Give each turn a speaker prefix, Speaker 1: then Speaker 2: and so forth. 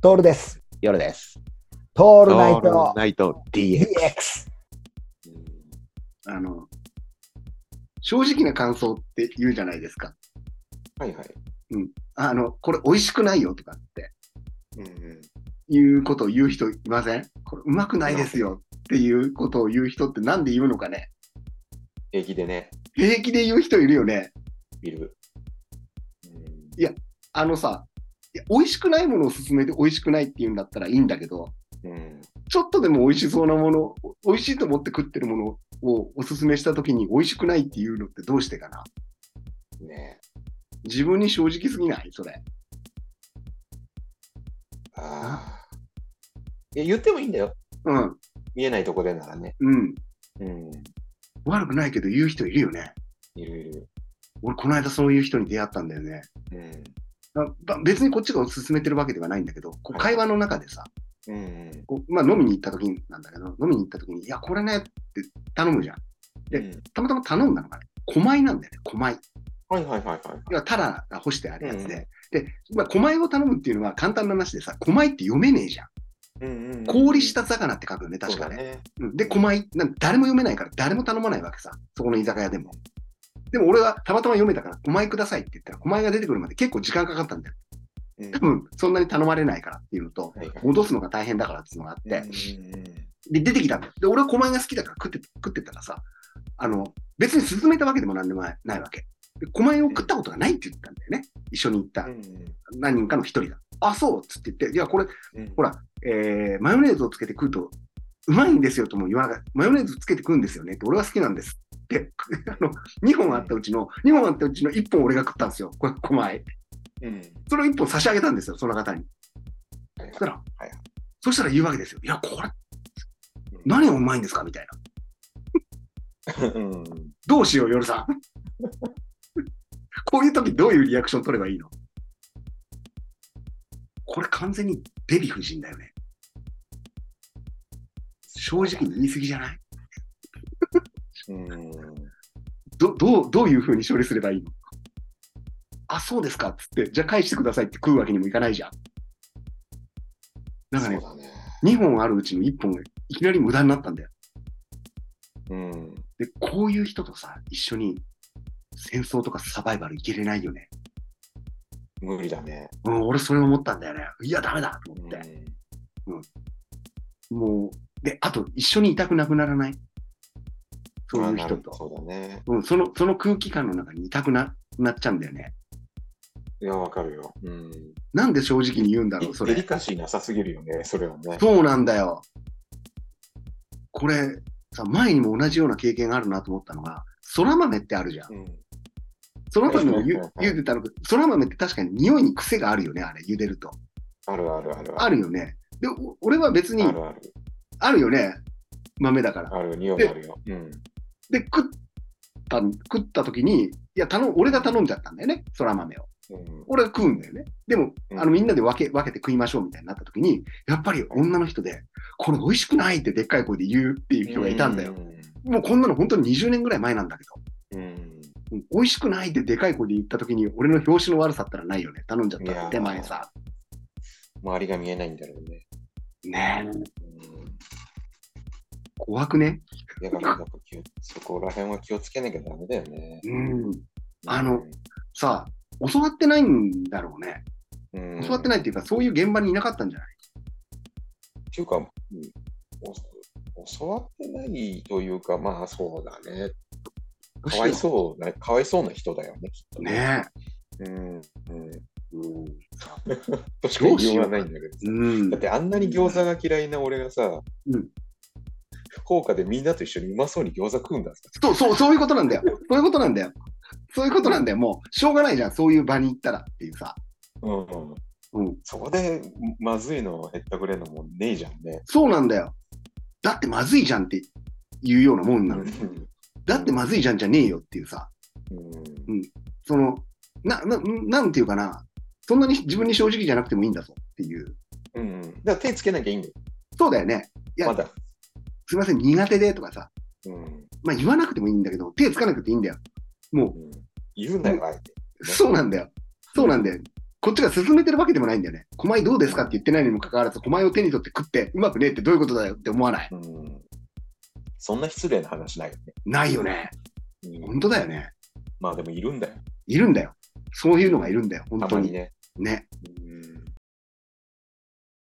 Speaker 1: トールです。
Speaker 2: 夜です。
Speaker 1: ト
Speaker 2: オ
Speaker 1: ールナイト
Speaker 2: ナイト DX。
Speaker 1: DX。
Speaker 3: あの、正直な感想って言うじゃないですか。
Speaker 4: はいはい。
Speaker 3: あの、これ美味しくないよとかって
Speaker 4: うんうん。
Speaker 3: いうことを言う人いませんこれうまくないですよっていうことを言う人ってなんで言うのかね
Speaker 4: 平気でね、
Speaker 3: 平気で言う人いるよね。
Speaker 4: いる。うん
Speaker 3: あのさ、いや美味しくないものを勧めて美味しくないって言うんだったらいいんだけど、
Speaker 4: うん。
Speaker 3: ちょっとでも美味しそうなもの、美味しいと思って食ってるものをお勧めした時に美味しくないっていうのってどうしてかな
Speaker 4: ね
Speaker 3: 自分に正直すぎないそれ。
Speaker 4: ああ。いや、言ってもいいんだよ。
Speaker 3: うん。
Speaker 4: 見えないとこでならね。
Speaker 3: うん。
Speaker 4: うん。
Speaker 3: 悪くないけど言う人いるよね。
Speaker 4: いるいる。
Speaker 3: 俺、この間そういう人に出会ったんだよね。
Speaker 4: うん。
Speaker 3: なば別にこっちが勧めてるわけではないんだけど、こう
Speaker 4: はい
Speaker 3: 会話の中でさ、
Speaker 4: うん。
Speaker 3: こうまあ、飲みに行った時なんだけど、飲みに行った時に、いや、これねって頼むじゃん。で
Speaker 4: うん、
Speaker 3: たまたま頼んだのがね、狛米なんだよね、狛米。
Speaker 4: はいはいはいはい。
Speaker 3: 要は、タラが干してあるやつで。で、まあ、狛米を頼むっていうのは簡単な話でさ、狛米って読めねえじゃん。
Speaker 4: うんうん、
Speaker 3: 氷下魚って書くよね、確
Speaker 4: そう
Speaker 3: か
Speaker 4: だ
Speaker 3: ね。
Speaker 4: ね。
Speaker 3: うんで、狛米、なん誰も読めないから、誰も頼まないわけさ、そこの居酒屋でも。でも俺はたまたま読めたから、狛米くださいって言ったら、狛米が出てくるまで結構時間かかったんだよ
Speaker 4: うん
Speaker 3: 多分そんなに頼まれないからっていうのと、
Speaker 4: はいはい
Speaker 3: 戻すのが大変だからっていうのがあっ
Speaker 4: うん
Speaker 3: て、
Speaker 4: うんうん
Speaker 3: で、出てきたんだよ。で、俺は狛江が好きだから食って、食ってたらさ、あの、別に勧めたわけでもなんでもないないわけ。で、狛江を食ったことがないって言ったんだよね。一緒に行った
Speaker 4: うん
Speaker 3: 何人かの一人が。あ、そうっつって言って、いや、これ、
Speaker 4: うん
Speaker 3: ほらえーマヨネーズをつけて食うと、うまいんですよとも言わなかった。マヨネーズつけて食うんですよねって、俺は好きなんです って、あの、2本あったうちの、2本あったうちの1本俺が食ったんですよ。これ、狛江。
Speaker 4: うん
Speaker 3: それを1本差し上げたんですよ、その方に。
Speaker 4: はい
Speaker 3: そしたら、
Speaker 4: はい
Speaker 3: そしたら言うわけですよ。いや、これ、
Speaker 4: うん
Speaker 3: 何がうまいんですかみたいな。
Speaker 4: うん
Speaker 3: どうしよう、夜さん。 こういう時どういうリアクション取ればいいのこれ完全にデヴィ夫人だよね。正直に言い過ぎじゃない
Speaker 4: うん
Speaker 3: どどうどういうふうに処理すればいいのあ、そうですかっつって、じゃあ返してくださいって食うわけにもいかないじゃん。なんかね、
Speaker 4: そうだね。
Speaker 3: 2本あるうちの1本がいきなり無駄になったんだよ。
Speaker 4: うん。
Speaker 3: で、こういう人とさ、一緒に戦争とかサバイバルいけれないよね。
Speaker 4: 無理だね。
Speaker 3: うん、俺それ思ったんだよね。いや、ダメだと
Speaker 4: うん
Speaker 3: 思って。もう、で、あと一緒にいたくなくならないそういう
Speaker 4: ま
Speaker 3: 人
Speaker 4: あ
Speaker 3: と。
Speaker 4: そうだね。
Speaker 3: うん、その、その空気感の中にいたくな、なっちゃうんだよね。
Speaker 4: いや、わかるよ。うん。
Speaker 3: なんで正直に言うんだろう、そ
Speaker 4: デリ
Speaker 3: れ。
Speaker 4: カシーなさすぎるよね、それはね。
Speaker 3: そうなんだよ。これ、さ、前にも同じような経験があるなと思ったのが、空豆ってあるじゃん。
Speaker 4: うん。
Speaker 3: 空豆を
Speaker 4: はいはい
Speaker 3: ゆ
Speaker 4: はい
Speaker 3: 茹でたの、空豆って確かに匂いに癖があるよね、あれ、茹でると。
Speaker 4: あるあるある
Speaker 3: あるよね。で、お俺は別に
Speaker 4: あ、るある。
Speaker 3: あるよね。豆だから。
Speaker 4: ある、匂いあるよ。うん。
Speaker 3: で、食った、食った時に、いや、頼む、俺が頼んじゃったんだよね。そら豆を。
Speaker 4: うん
Speaker 3: 俺が食うんだよね。でも、
Speaker 4: うん
Speaker 3: あの、みんなで分け、分けて食いましょうみたいになった時に、やっぱり女の人で、これ美味しくないってでっかい声で言うっていう人がいたんだよ。。もうこんなの本当に20年ぐらい前なんだけ
Speaker 4: うん。
Speaker 3: ど、うん美味しくないってでかい声で言った時に、俺の表紙の悪さったらないよね。頼んじゃっ
Speaker 4: い
Speaker 3: た
Speaker 4: やー
Speaker 3: 手前さ。
Speaker 4: 周りが見えないんだろうね。
Speaker 3: ねえ、
Speaker 4: うん
Speaker 3: 怖くね。
Speaker 4: だから、やっぱ気をそこら辺は気をつけなきゃダメだよね。
Speaker 3: うん。あの
Speaker 4: うん、
Speaker 3: さあ、教わってないんだろうね。
Speaker 4: うん
Speaker 3: 教わってないっていうか、そういう現場にいなかったんじゃない
Speaker 4: っていうか、うんお教わってないというか、まあそうだね。かわいそうな、かわいそうな人だよね、きっとね。
Speaker 3: ね
Speaker 4: うん。 うん。
Speaker 3: え。う
Speaker 4: としか言いようがないんだけどさ。
Speaker 3: ん
Speaker 4: だってあんなに餃子が嫌いな俺がさ、
Speaker 3: うん
Speaker 4: 福岡でみんなと一緒にうまそうに餃子食うんだって。
Speaker 3: そうそう、そういうことなんだよ。そういうことなんだよ。そういうことなんだよ。もう、しょうがないじゃん。そういう場に行ったらっていうさ。
Speaker 4: うん。
Speaker 3: うん。
Speaker 4: そこでまずいの減ったくれんのもねえじゃんね。
Speaker 3: そうなんだよ。だってまずいじゃんって言うようなもんなのに。だってまずいじゃんじゃねえよっていうさ。
Speaker 4: うん
Speaker 3: その、な、な、なんていうかな。そんなに自分に正直じゃなくてもいいんだぞっていう。
Speaker 4: うん。だから手つけなきゃいいんだよ。
Speaker 3: そうだよね。いや、
Speaker 4: まだ。
Speaker 3: すいません、苦手でとかさ。
Speaker 4: うん。
Speaker 3: まあ言わなくてもいいんだけど、手つかなくていいんだよ。もう、
Speaker 4: うん言うなよ、あえて。
Speaker 3: そうなんだよ。そうなんだよ。こっちが勧めてるわけでもないんだよね。狛江どうですかって言ってないにもかかわらず、狛江を手に取って食って、うまくねえってどういうことだよって思わない。
Speaker 4: うん。そんな失礼な話ないよね。
Speaker 3: ないよね。
Speaker 4: うん
Speaker 3: 本当だよね。
Speaker 4: まあでもいるんだよ。
Speaker 3: いるんだよ。そういうのがいるんだよ。本
Speaker 4: た
Speaker 3: 当
Speaker 4: まに
Speaker 3: に。
Speaker 4: ね。
Speaker 3: ね。
Speaker 4: うん